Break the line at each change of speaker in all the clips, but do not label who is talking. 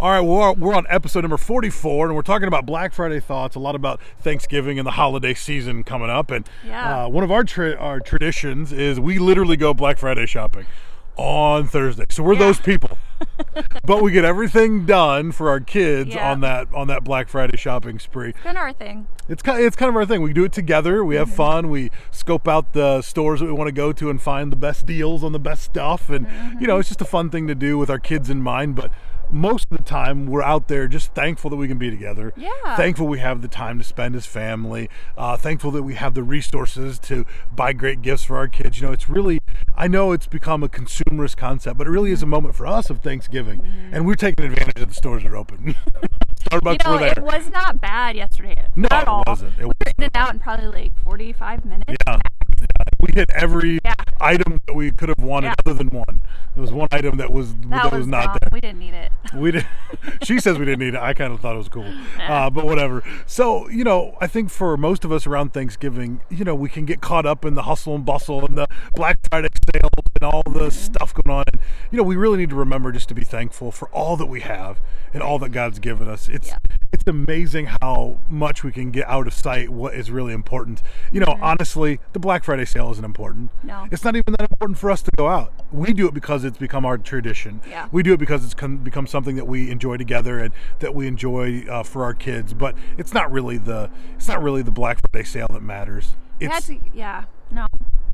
All right, we're, we're on episode number 44, and we're talking about Black Friday thoughts, a lot about Thanksgiving and the holiday season coming up. And
Yeah.
uh, one of our, tra- our traditions is we literally go Black Friday shopping on Thursday. So we're
Yeah.
those people. but we get everything done for our kids
Yeah.
on that on that Black Friday shopping spree.
Been our thing.
It's kind it's kind of our thing. We do it together. We have
Mm-hmm.
fun. We scope out the stores that we want to go to and find the best deals on the best stuff. And you
Mm-hmm.
know, it's just a fun thing to do with our kids in mind. But most of the time, we're out there just thankful that we can be together.
Yeah.
Thankful we have the time to spend as family. Uh, thankful that we have the resources to buy great gifts for our kids. You know, it's really I know it's become a consumerist concept, but it really is
Mm-hmm.
a moment for us of Thanksgiving, and we're taking advantage of the stores that are open.
You
Starbucks,
know,
we're there.
it was not bad yesterday.
No,
at
it
all.
wasn't. It
we were
wasn't.
in and out in probably like 45 minutes.
Yeah. Yeah. We hit every
Yeah.
item that we could have wanted
Yeah.
other than one. There was one item that was that,
That
was,
was
not
dumb.
there.
We didn't need it.
We did. she says we didn't need it. I kind of thought it was cool, uh, but whatever. So you know, I think for most of us around Thanksgiving, you know, we can get caught up in the hustle and bustle and the Black Friday sales and all
Mm-hmm.
the stuff going on. And you know, we really need to remember just to be thankful for all that we have and all that God's given us. It's
Yeah.
it's amazing how much we can get out of sight what is really important. You know, honestly, the Black Friday sale isn't important.
Mm-hmm. No.
It's not even that important for us to go out. We do it because it's become our tradition.
Yeah.
We do it because it's con- become something that we enjoy together and that we enjoy uh, for our kids. But it's not really the it's not really the Black Friday sale that matters.
We had
It's
to, yeah. No.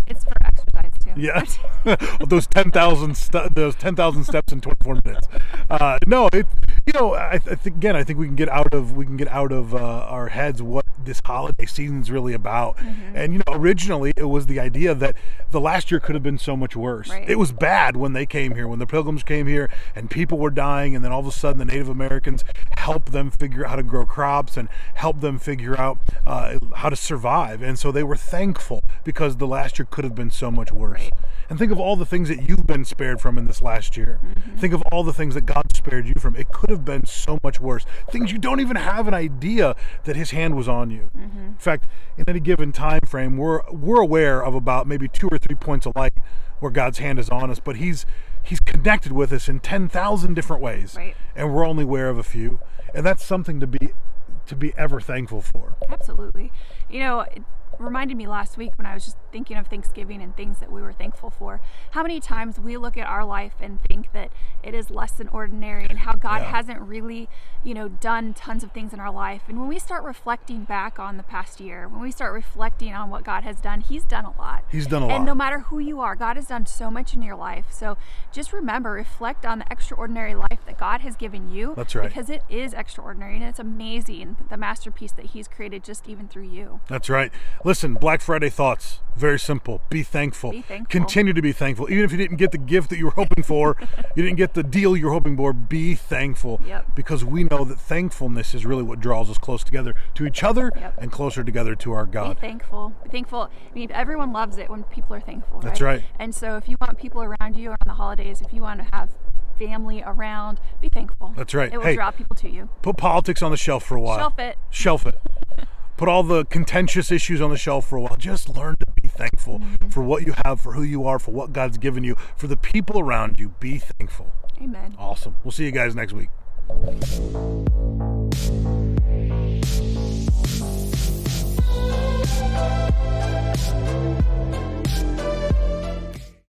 It's for exercise too.
yeah, those ten thousand st- those ten thousand steps in twenty four minutes. Uh, no, it you know I, I think again I think we can get out of we can get out of uh, our heads what this holiday season's really about.
Mm-hmm.
And you know originally it was the idea that the last year could have been so much worse.
Right.
It was bad when they came here, when the Pilgrims came here, and people were dying, and then all of a sudden the Native Americans helped them figure out how to grow crops and help them figure out uh, how to survive. And so they were thankful because the last year could have been so much worse. And think of all the things that you've been spared from in this last year. Think of all the things that God spared you from. It could have been so much worse. Things you don't even have an idea that His hand was on you. In fact, in any given time frame, we're we're aware of about maybe two or three points of light where God's hand is on us, but He's He's connected with us in ten thousand different ways,
Right.
and we're only aware of a few. And that's something to be to be ever thankful for.
Absolutely. You know, it reminded me last week when I was just thinking of Thanksgiving and things that we were thankful for. How many times we look at our life and think that it is less than ordinary and how God
Yeah.
hasn't really, you know, done tons of things in our life. And when we start reflecting back on the past year, when we start reflecting on what God has done, He's done a lot.
He's done a
and
lot.
no matter who you are, God has done so much in your life. So just remember, reflect on the extraordinary life that God has given you.
That's right.
Because it is extraordinary and it's amazing the masterpiece that He's created just even through you.
That's right. Listen, Black Friday thoughts, very simple. Be thankful.
Be thankful.
Continue to be thankful. Even if you didn't get the gift that you were hoping for, you didn't get the deal you were hoping for, be thankful.
Yep.
Because we know that thankfulness is really what draws us close together to each other
Yep.
and closer together to our
Be
God.
thankful. Be thankful. I mean, everyone loves it when people are thankful.
That's right.
And so if you want people around you on the holidays, if you want to have family around, be thankful.
That's right.
It will
Hey.
draw people to you.
Put politics on the shelf for a while.
Shelf it.
Shelf it. Put all the contentious issues on the shelf for a while. Just learn to be thankful
Mm-hmm.
for what you have, for who you are, for what God's given you, for the people around you. Be thankful.
Amen.
Awesome. We'll see you guys next week.